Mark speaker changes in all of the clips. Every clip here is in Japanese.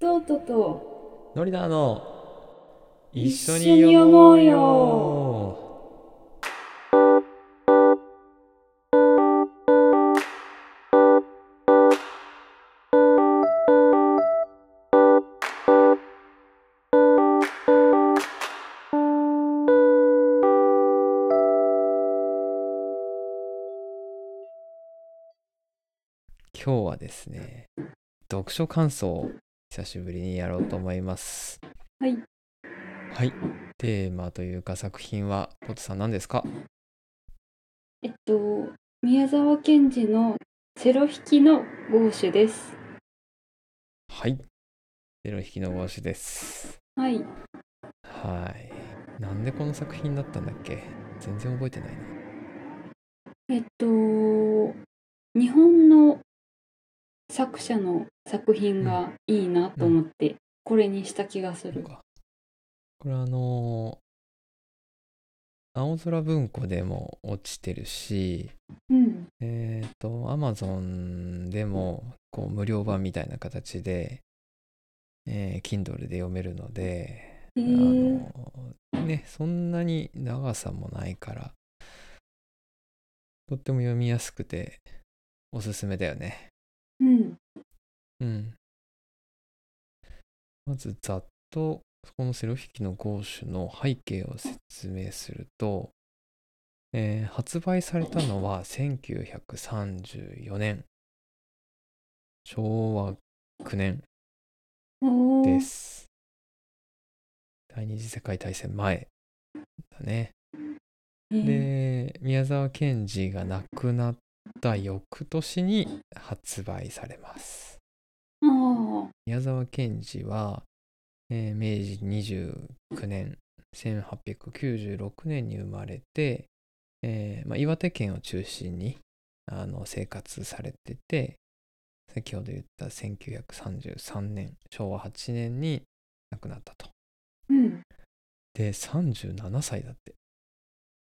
Speaker 1: とうとと
Speaker 2: ノリダーの
Speaker 1: 一緒に読もうよ
Speaker 2: 今日はですね読書感想を久しぶりにやろうと思います
Speaker 1: はい
Speaker 2: はいテーマというか作品はポットさん何ですか
Speaker 1: えっと宮沢賢治のセロ引きの豪手です
Speaker 2: はいゼロ匹の帽子です
Speaker 1: はい
Speaker 2: はいなんでこの作品だったんだっけ全然覚えてないな
Speaker 1: えっと日本の作者の作品がいいなと思って、これにした気がす
Speaker 2: そう
Speaker 1: る
Speaker 2: かこれあのー青空文庫でも落ちてるし
Speaker 1: うん
Speaker 2: えっ、と、アマゾンでも、こう、無料版みたいな形で、えー Kindle で読めるので、
Speaker 1: へえ
Speaker 2: あの、ね、そんなに長さもないから、とっても読みやすくて、おすすめだよね。
Speaker 1: うん
Speaker 2: うん。まず、ざっと、このセロ引きのゴーシュの背景を説明すると、えー発売されたのは1934年、昭和9年
Speaker 1: おー
Speaker 2: です。第二次世界大戦前だね。
Speaker 1: へー
Speaker 2: で、宮沢賢治が亡くなった翌年に発売されます。
Speaker 1: ああ
Speaker 2: 宮沢賢治は、えー明治29年1896年に生まれて、えーまあ、岩手県を中心にあの生活されてて先ほど言った1933年昭和8年に亡くなったと。
Speaker 1: うん
Speaker 2: で37歳だって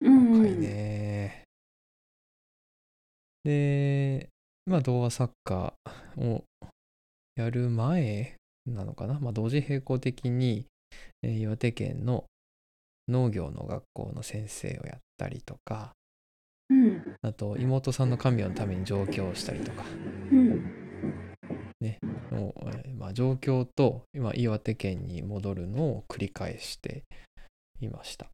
Speaker 1: うん
Speaker 2: 若いね。で、まあ、童話作家をやる前なのかな、まあ、同時並行的に、えー岩手県の農業の学校の先生をやったりとか、
Speaker 1: うん
Speaker 2: あと妹さんの看病のために上京したりとか、
Speaker 1: うん
Speaker 2: をえーまあ、上京と今岩手県に戻るのを繰り返していました。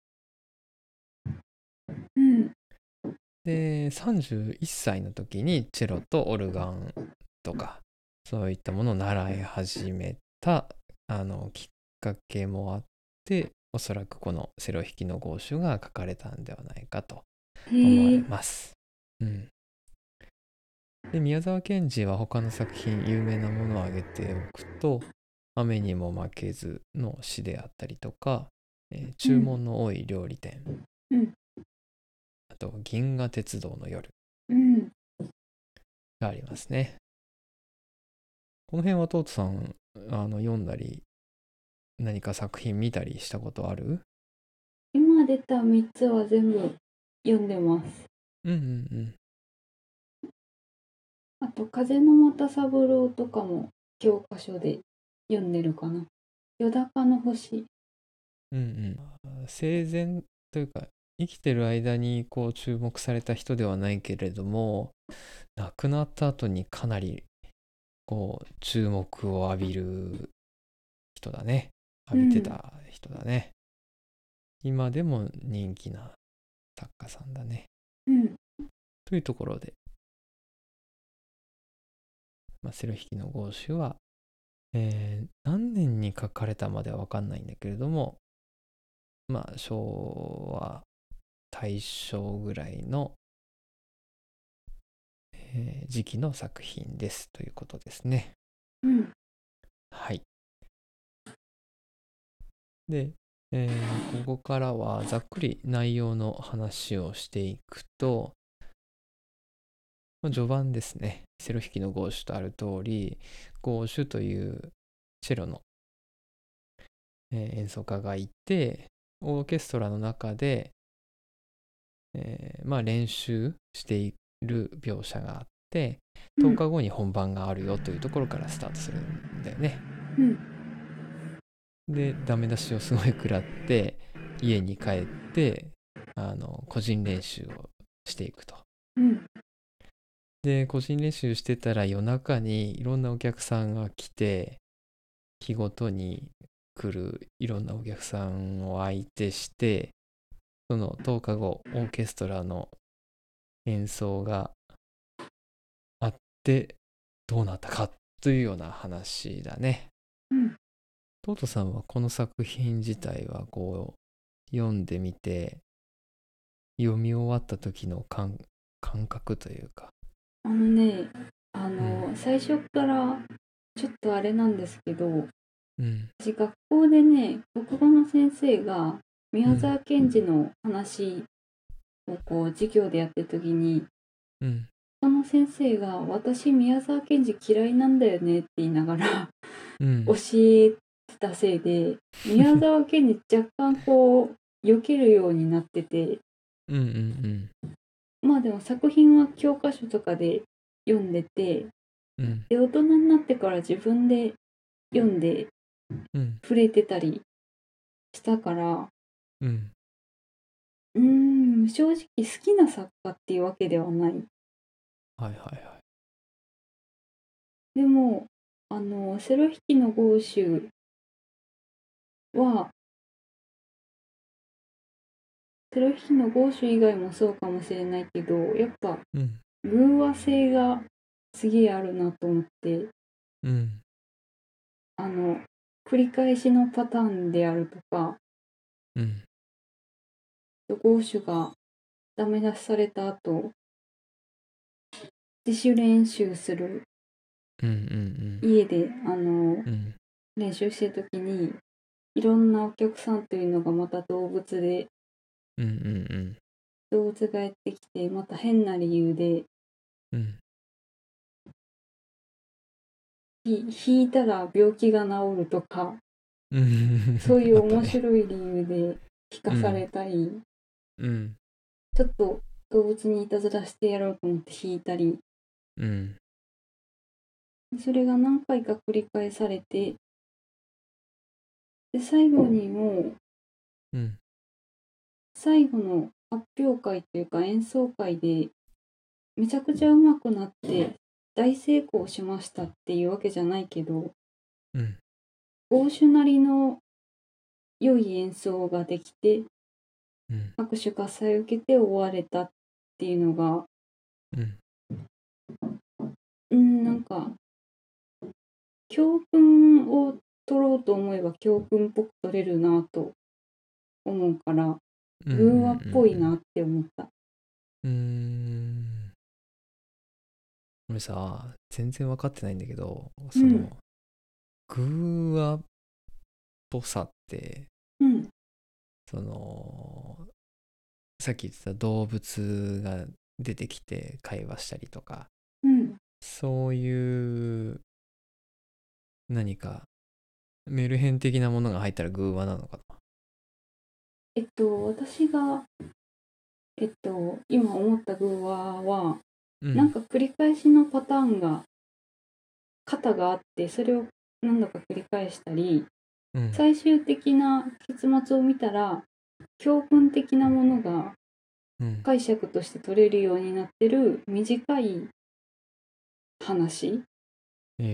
Speaker 1: うん
Speaker 2: で31歳の時にチェロとオルガンとかそういったものを習い始めたあのきっかけもあっておそらくこの「セロ弾きの合衆」が書かれたんではないかと思わ
Speaker 1: へ
Speaker 2: れ
Speaker 1: え
Speaker 2: ます。うん、で宮沢賢治は他の作品有名なものを挙げておくと「雨にも負けず」の詩であったりとか、えー注文の多い料理店」
Speaker 1: うん
Speaker 2: あと「銀河鉄道の夜」
Speaker 1: うん
Speaker 2: がありますね。この辺はトートさんあの読んだり何か作品見たりしたことある
Speaker 1: 今出た3つは全部読んでます
Speaker 2: うんうんうん。
Speaker 1: あと「風の又三郎」とかも教科書で読んでるかな「よだかの星
Speaker 2: うんうん、生前というか生きてる間にこう注目された人ではないけれども亡くなった後にかなりこう注目を浴びる人だね浴びてた人だね、今でも人気な作家さんだね」
Speaker 1: うん
Speaker 2: というところで、まあ、セロ引きの合衆は、えー何年に書かれたまでは分かんないんだけれども、まあ、昭和、大正ぐらいの、えー時期の作品ですということですね。
Speaker 1: うん
Speaker 2: はい。で、えーここからはざっくり内容の話をしていくと、まあ序盤ですね。セロ弾きの合手とある通り、合手というチェロの、えー演奏家がいて、オーケストラの中で、えーまあ、練習している描写があって、10日後に本番があるよというところからスタートするんだよね。
Speaker 1: うん
Speaker 2: でダメ出しをすごい食らって家に帰ってあの個人練習をしていくと。
Speaker 1: うん
Speaker 2: で個人練習してたら夜中にいろんなお客さんが来て日ごとに来るいろんなお客さんを相手してその10日後オーケストラの演奏があってどうなったかというような話だね。
Speaker 1: うん
Speaker 2: トートさんはこの作品自体はこう読んでみて読み終わった時の感感覚というか。
Speaker 1: あのねあの、最初からちょっとあれなんですけど
Speaker 2: うん
Speaker 1: 私学校でね国語の先生が宮沢賢治の話をこう授業でやってる時に
Speaker 2: うん
Speaker 1: 他の先生が「私宮沢賢治嫌いなんだよね」って言いながら
Speaker 2: うん
Speaker 1: 教えてたせいで宮沢賢治若干こう避けるようになってて
Speaker 2: うんうん
Speaker 1: まあでも作品は教科書とかで読んでて
Speaker 2: うんうん
Speaker 1: で大人になってから自分で読んで
Speaker 2: うん
Speaker 1: 触れてたりしたから
Speaker 2: うん
Speaker 1: うーん正直好きな作家っていうわけではない
Speaker 2: はいはいはい
Speaker 1: でもあのセロ引きの豪州はセロ引きの豪州以外もそうかもしれないけどやっぱ
Speaker 2: うん
Speaker 1: 偶話性がすげえあるなと思って
Speaker 2: うん
Speaker 1: あの繰り返しのパターンであるとか
Speaker 2: うん
Speaker 1: ゴーシュがダメ出しされた後自主練習する
Speaker 2: うんうん
Speaker 1: 家であの
Speaker 2: うんうん
Speaker 1: 練習してる時にいろんなお客さんというのがまた動物で
Speaker 2: うんうん
Speaker 1: 動物がやってきてまた変な理由で
Speaker 2: うん
Speaker 1: ひ引いたら病気が治るとか
Speaker 2: うん
Speaker 1: そういう
Speaker 2: あった
Speaker 1: 面
Speaker 2: ね
Speaker 1: 白い理由で引かされたり、
Speaker 2: うん
Speaker 1: ちょっと動物にいたずらしてやろうと思って引いたり
Speaker 2: うん
Speaker 1: それが何回か繰り返されてで最後にもう
Speaker 2: うん
Speaker 1: 最後の発表会というか演奏会でめちゃくちゃ上手くなって大成功しましたっていうわけじゃないけど
Speaker 2: うん
Speaker 1: 豪手なりの良い演奏ができて
Speaker 2: うん
Speaker 1: 拍手喝采を受けて終われたっていうのが
Speaker 2: うん
Speaker 1: うんなんか教訓を取ろうと思えば教訓っぽく取れるなと思うから
Speaker 2: うん
Speaker 1: 偶話っぽいなって思った。
Speaker 2: うーん俺さ全然分かってないんだけどその偶話っぽさって
Speaker 1: うん
Speaker 2: そのさっき言ってた動物が出てきて会話したりとか
Speaker 1: うん
Speaker 2: そういう何かメルヘン的なものが入ったら偶話なのか
Speaker 1: えっと、私が、えっと、今思った偶話は、
Speaker 2: な。う
Speaker 1: なんか繰り返しのパターンが、型があって、それを何度か繰り返したり、
Speaker 2: うん
Speaker 1: 最終的な結末を見たら、教訓的なものが
Speaker 2: うん
Speaker 1: 解釈として取れるようになってる短い話。
Speaker 2: へ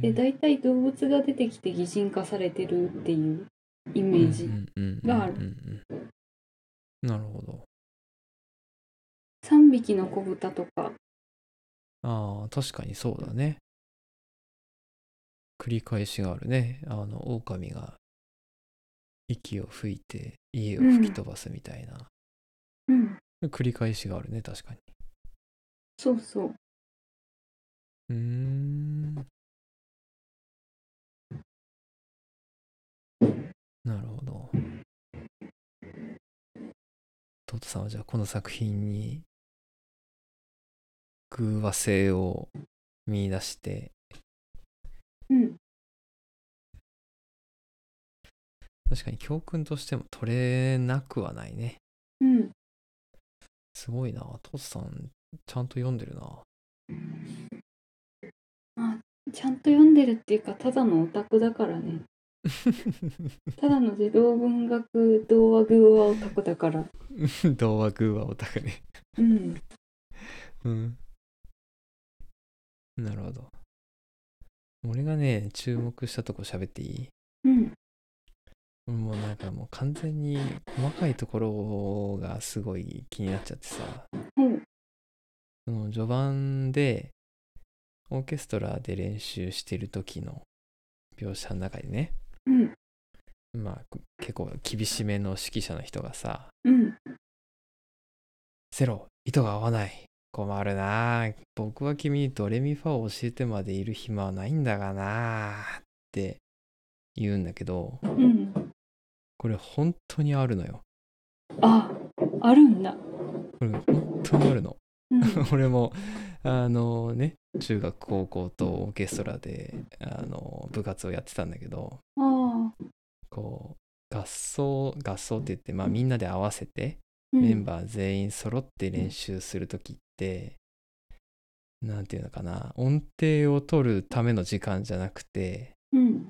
Speaker 1: で、
Speaker 2: ー
Speaker 1: 大体動物が出てきて擬人化されてるっていうイメージ。がある
Speaker 2: うんうんうんうんなるほど。
Speaker 1: 3匹の子豚とか、
Speaker 2: ああ、確かにそうだね。繰り返しがあるね。あの、狼が息を吹いて家を吹き飛ばすみたいな。
Speaker 1: うん、
Speaker 2: 繰り返しがあるね、確かに。
Speaker 1: そうそう。
Speaker 2: うーん。なるほど。トットさんはじゃあこの作品に偶話性を見出して
Speaker 1: うん、
Speaker 2: 確かに教訓としても取れなくはないね。
Speaker 1: うん。
Speaker 2: すごいな。トットさんちゃんと読んでるな。
Speaker 1: あちゃんと読んでるっていうかただのオタクだから ねただの児童文学童話偶話オタクだから
Speaker 2: 童話偶話オタクね。
Speaker 1: うん
Speaker 2: うん。なるほど。俺がね、注目したとこ喋っていい
Speaker 1: うん
Speaker 2: もうなんかもう完全に細かいところがすごい気になっちゃってさ、
Speaker 1: ほう
Speaker 2: その序盤でオーケストラで練習してる時の描写の中でね、
Speaker 1: うん
Speaker 2: まあこ結構厳しめの指揮者の人がさ、
Speaker 1: うん
Speaker 2: セロ、糸が合わない。困るなあ僕は君にドレミファを教えてまでいる暇はないんだがなあって言うんだけど、
Speaker 1: うん
Speaker 2: これ本当にあるのよ。
Speaker 1: ああるんだ
Speaker 2: これ本当にあるの。
Speaker 1: うん
Speaker 2: 俺も、あのね、中学、高校とオーケストラで、あの、部活をやってたんだけど、
Speaker 1: ああ
Speaker 2: こう、合奏、合奏って言って、まあみんなで合わせて、
Speaker 1: うん
Speaker 2: メンバー全員揃って練習するときって、なんていうのかな、音程を取るための時間じゃなくて、
Speaker 1: うん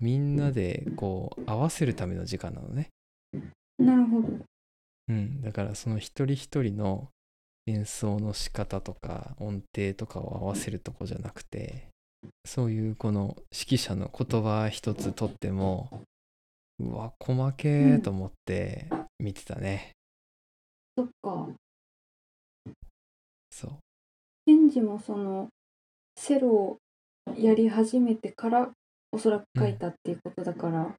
Speaker 2: みんなでこう合わせるための時間なのね。
Speaker 1: なるほど
Speaker 2: うん、だからその一人一人の演奏の仕方とか音程とかを合わせるとこじゃなくて、そういうこの指揮者の言葉一つとっても、うわ、細けーと思って見てたね。
Speaker 1: そっか
Speaker 2: そう。
Speaker 1: ケンジもそのセロをやり始めてからおそらく書いたっていうことだから、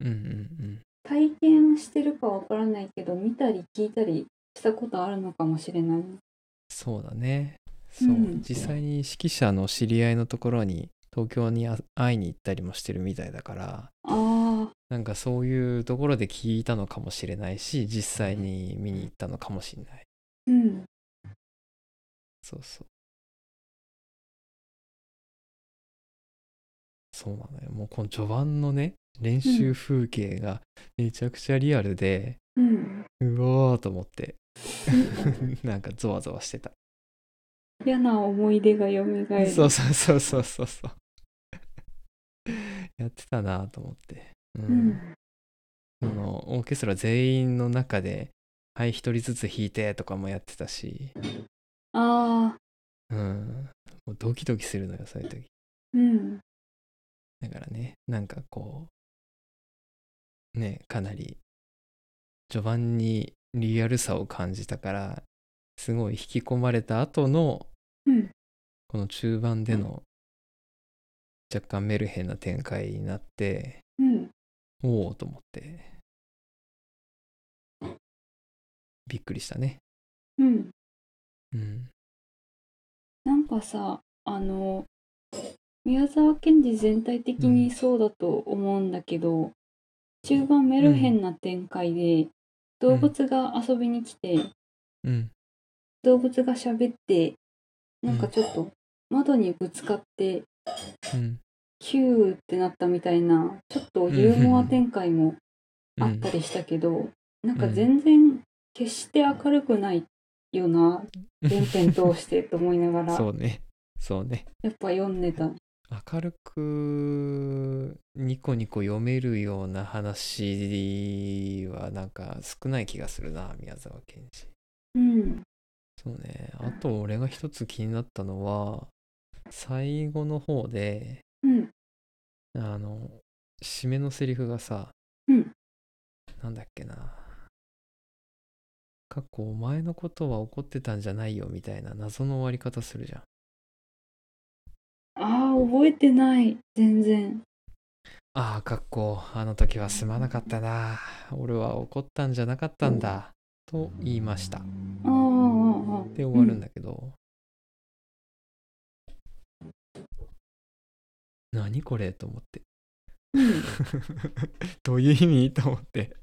Speaker 2: うんうんうん。
Speaker 1: 体験してるかわからないけど見たり聞いたりしたことあるのかもしれない。
Speaker 2: そうだね。そう、
Speaker 1: うん
Speaker 2: 実際に指揮者の知り合いのところに東京にあ会いに行ったりもしてるみたいだから
Speaker 1: ああ、
Speaker 2: なんかそういうところで聞いたのかもしれないし実際に見に行ったのかもしれない
Speaker 1: うん、
Speaker 2: そうそうそうなのよもうこの序盤のね練習風景がめちゃくちゃリアルで、
Speaker 1: うん。
Speaker 2: うわーと思って なんかゾワゾワしてた
Speaker 1: 嫌な思い出が蘇る。
Speaker 2: そうそうそうそうそうそう やってたなと思って、うん
Speaker 1: うん、
Speaker 2: そのオーケストラ全員の中で「はい一人ずつ弾いて」とかもやってたし、
Speaker 1: ああ、
Speaker 2: うん、もうドキドキするのよそういう時
Speaker 1: うん、
Speaker 2: だからねなんかこうねかなり序盤にリアルさを感じたからすごい引き込まれた後の
Speaker 1: うん、
Speaker 2: この中盤での若干メルヘンな展開になって
Speaker 1: うん。
Speaker 2: おおと思ってびっくりしたね
Speaker 1: うん
Speaker 2: うん
Speaker 1: なんかさ、あの、宮沢賢治全体的にそうだと思うんだけど、中盤メルヘンな展開で、動物が遊びに来て、
Speaker 2: うん
Speaker 1: 動物が喋って、なんかちょっと窓にぶつかって、
Speaker 2: うん
Speaker 1: キューってなったみたいなちょっとユーモア展開も
Speaker 2: う
Speaker 1: あっ
Speaker 2: ん
Speaker 1: たりしたけど、なんか全然決して明るくないよな原編通してと思いながら
Speaker 2: そうねそうね
Speaker 1: やっぱ読んでた。
Speaker 2: 明るくニコニコ読めるような話はなんか少ない気がするな宮沢賢治
Speaker 1: うん、
Speaker 2: そうねあと俺が一つ気になったのは最後の方で
Speaker 1: うん、
Speaker 2: あの締めのセリフがさ、
Speaker 1: うん
Speaker 2: なんだっけなかっこお前のことは怒ってたんじゃないよみたいな謎の終わり方するじゃん
Speaker 1: ああ覚えてない全然。
Speaker 2: ああかっこあの時はすまなかったな俺は怒ったんじゃなかったんだと言いました
Speaker 1: ああああああ
Speaker 2: で終わるんだけど、何これと思って
Speaker 1: うん
Speaker 2: どういう意味と思って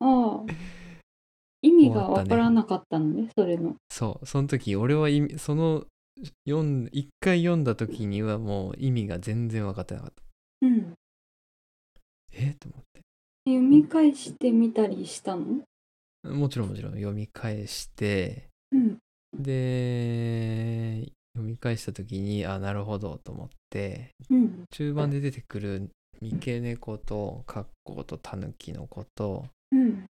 Speaker 1: ああ意味がわからなかったのねそれの。
Speaker 2: そう、その時俺は意味その読ん一回読んだ時にはもう意味が全然分かってなかった。
Speaker 1: うん、
Speaker 2: えと思って。
Speaker 1: 読み返してみたりしたの
Speaker 2: もちろんもちろん読み返して
Speaker 1: うん
Speaker 2: で読み返した時にあなるほどと思って
Speaker 1: うん
Speaker 2: 中盤で出てくる三毛猫とカッコウとタヌキの子と
Speaker 1: うん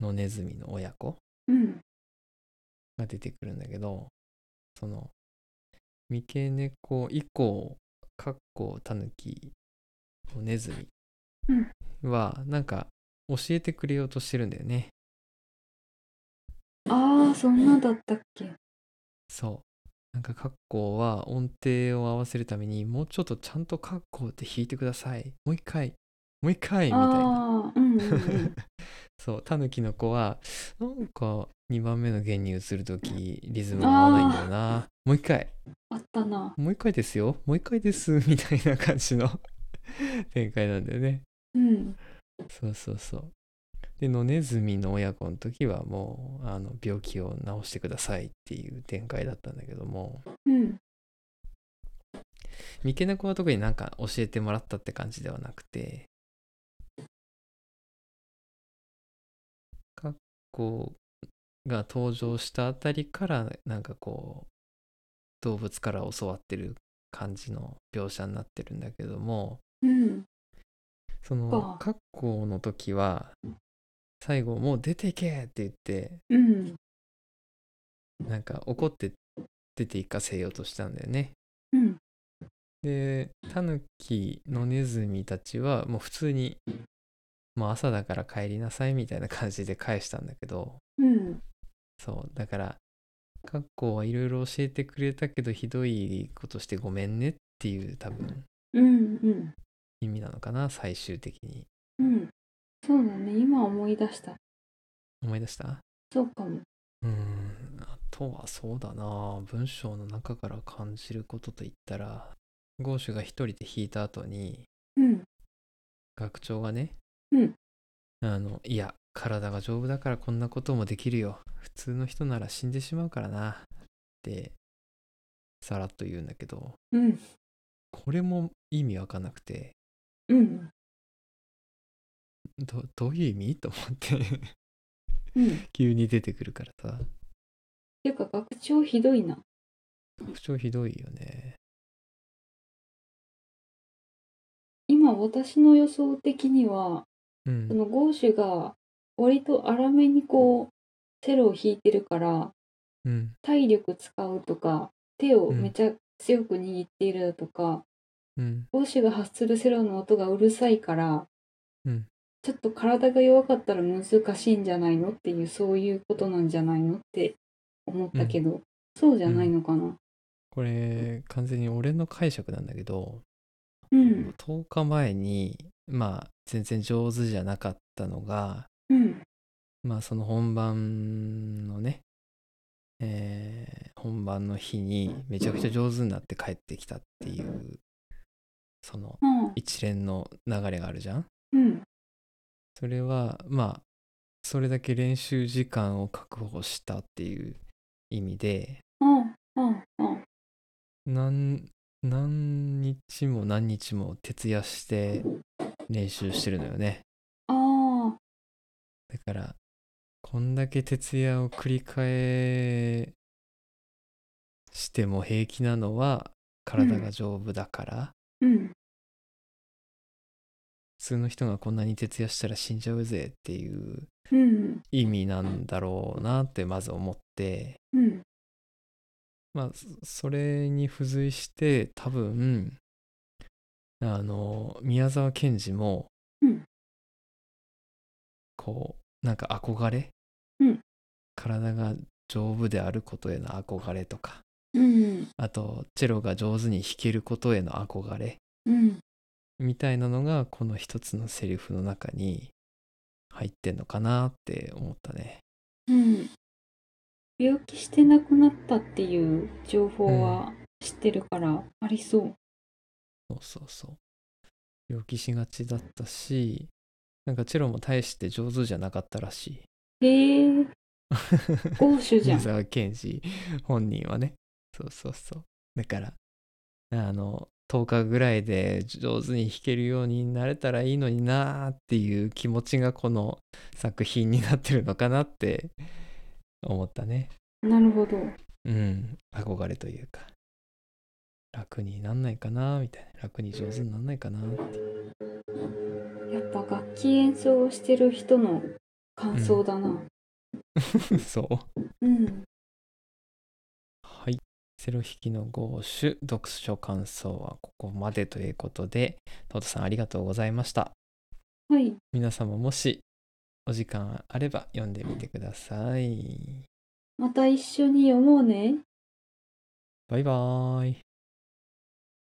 Speaker 2: 野ネズミの親子
Speaker 1: うん
Speaker 2: が出てくるんだけどその三毛猫以降カッコウタヌキ野ネズミはなんか教えてくれようとしてるんだよね
Speaker 1: ああそんなだったっけ
Speaker 2: そうなんかカッコウは音程を合わせるためにもうちょっとちゃんとカッコウって弾いてくださいもう一回もう一回みたいな
Speaker 1: ああーうんうんうん、
Speaker 2: そうタヌキの子はなんか2番目の弦に移る時リズムが合わないんだよなもう一回
Speaker 1: あったな
Speaker 2: もう一回ですよもう一回です みたいな感じの 展開なんだよね
Speaker 1: うん
Speaker 2: そうそうそうで野ネズミの親子の時はもうあの病気を治してくださいっていう展開だったんだけども
Speaker 1: うん
Speaker 2: 三毛猫は特になんか教えてもらったって感じではなくて格好が登場したあたりからなんかこう動物から教わってる感じの描写になってるんだけども
Speaker 1: うん
Speaker 2: そ
Speaker 1: そ
Speaker 2: の
Speaker 1: う
Speaker 2: 格好の時は最後もう出ていけって言って
Speaker 1: うん
Speaker 2: なんか怒って出て行かせようとしたんだよね。
Speaker 1: うん
Speaker 2: でタヌキのネズミたちはもう普通にもう朝だから帰りなさいみたいな感じで返したんだけど
Speaker 1: うん
Speaker 2: そうだからカッコはいろいろ教えてくれたけどひどいことしてごめんねっていう多分
Speaker 1: うんうん
Speaker 2: 意味なのかな最終的に
Speaker 1: うんそうだね今思い出した
Speaker 2: 思い出した
Speaker 1: そうかも
Speaker 2: うーんあとはそうだな文章の中から感じることといったらゴーシュが一人で弾いた後に
Speaker 1: うん
Speaker 2: 学長がね、
Speaker 1: うん
Speaker 2: あのいや体が丈夫だからこんなこともできるよ普通の人なら死んでしまうからなってさらっと言うんだけど
Speaker 1: うん
Speaker 2: これも意味わかんなくて
Speaker 1: うん
Speaker 2: どどういう意味と思って
Speaker 1: うんて
Speaker 2: 急に出てくるからさ
Speaker 1: いうか学長ひどいな
Speaker 2: 学長ひどいよね
Speaker 1: 今私の予想的には
Speaker 2: う
Speaker 1: そ
Speaker 2: ん
Speaker 1: のゴーシュが割と荒めにこうセロを弾いてるから
Speaker 2: うん
Speaker 1: 体力使うとか手を
Speaker 2: うん
Speaker 1: めちゃ強く握っているだとか、
Speaker 2: うん
Speaker 1: ゴーシュが発するセロの音がうるさいから、
Speaker 2: うん
Speaker 1: ちょっと体が弱かったら難しいんじゃないのっていうそういうことなんじゃないのって思ったけど、そうじゃないのかな。
Speaker 2: これ完全に俺の解釈なんだけど、
Speaker 1: うん
Speaker 2: 10日前にまあ全然上手じゃなかったのが
Speaker 1: うん
Speaker 2: まあその本番のね、えー本番の日にめちゃくちゃ上手になって帰ってきたっていうその
Speaker 1: ああ
Speaker 2: 一連の流れがあるじゃん
Speaker 1: うん
Speaker 2: それはまあそれだけ練習時間を確保したっていう意味で
Speaker 1: ああああああ
Speaker 2: 何何日も何日も徹夜して練習してるのよね
Speaker 1: ああ
Speaker 2: だからこんだけ徹夜を繰り返しても平気なのは体が丈夫だから、
Speaker 1: うん
Speaker 2: 普通の人がこんなに徹夜したら死んじゃうぜっていう
Speaker 1: うん
Speaker 2: 意味なんだろうなってまず思って
Speaker 1: うん
Speaker 2: まあそそれに付随して多分あの宮沢賢治も、
Speaker 1: うん
Speaker 2: こうなんか憧れ、
Speaker 1: うん
Speaker 2: 体が丈夫であることへの憧れとか
Speaker 1: うん
Speaker 2: あとチェロが上手に弾けることへの憧れ
Speaker 1: うん
Speaker 2: みたいなのがこの一つのセリフの中に入ってんのかなって思ったね。
Speaker 1: うん。病気して亡くなったっていう情報は知ってるからありそう。
Speaker 2: そうそうそう。病気しがちだったしなんかチェロも大して上手じゃなかったらしい。
Speaker 1: へえ、ゴーシュじゃ
Speaker 2: 宮
Speaker 1: ん。
Speaker 2: 沢賢治本人はね。そうそうそう。だからあの10日ぐらいで上手に弾けるようになれたらいいのになーっていう気持ちがこの作品になってるのかなって思ったね。
Speaker 1: なるほど。
Speaker 2: うん憧れというか。楽になんないかなみたいな楽に上手になんないかなって
Speaker 1: やっぱ楽器演奏をしてる人の感想だな。
Speaker 2: いう そう
Speaker 1: うん。
Speaker 2: はい。セロ引きの合手読書感想はここまでということで、トートさんありがとうございました。
Speaker 1: はい。
Speaker 2: 皆様もしお時間あれば読んでみてください。
Speaker 1: また一緒に読もうね。
Speaker 2: バイバーイ。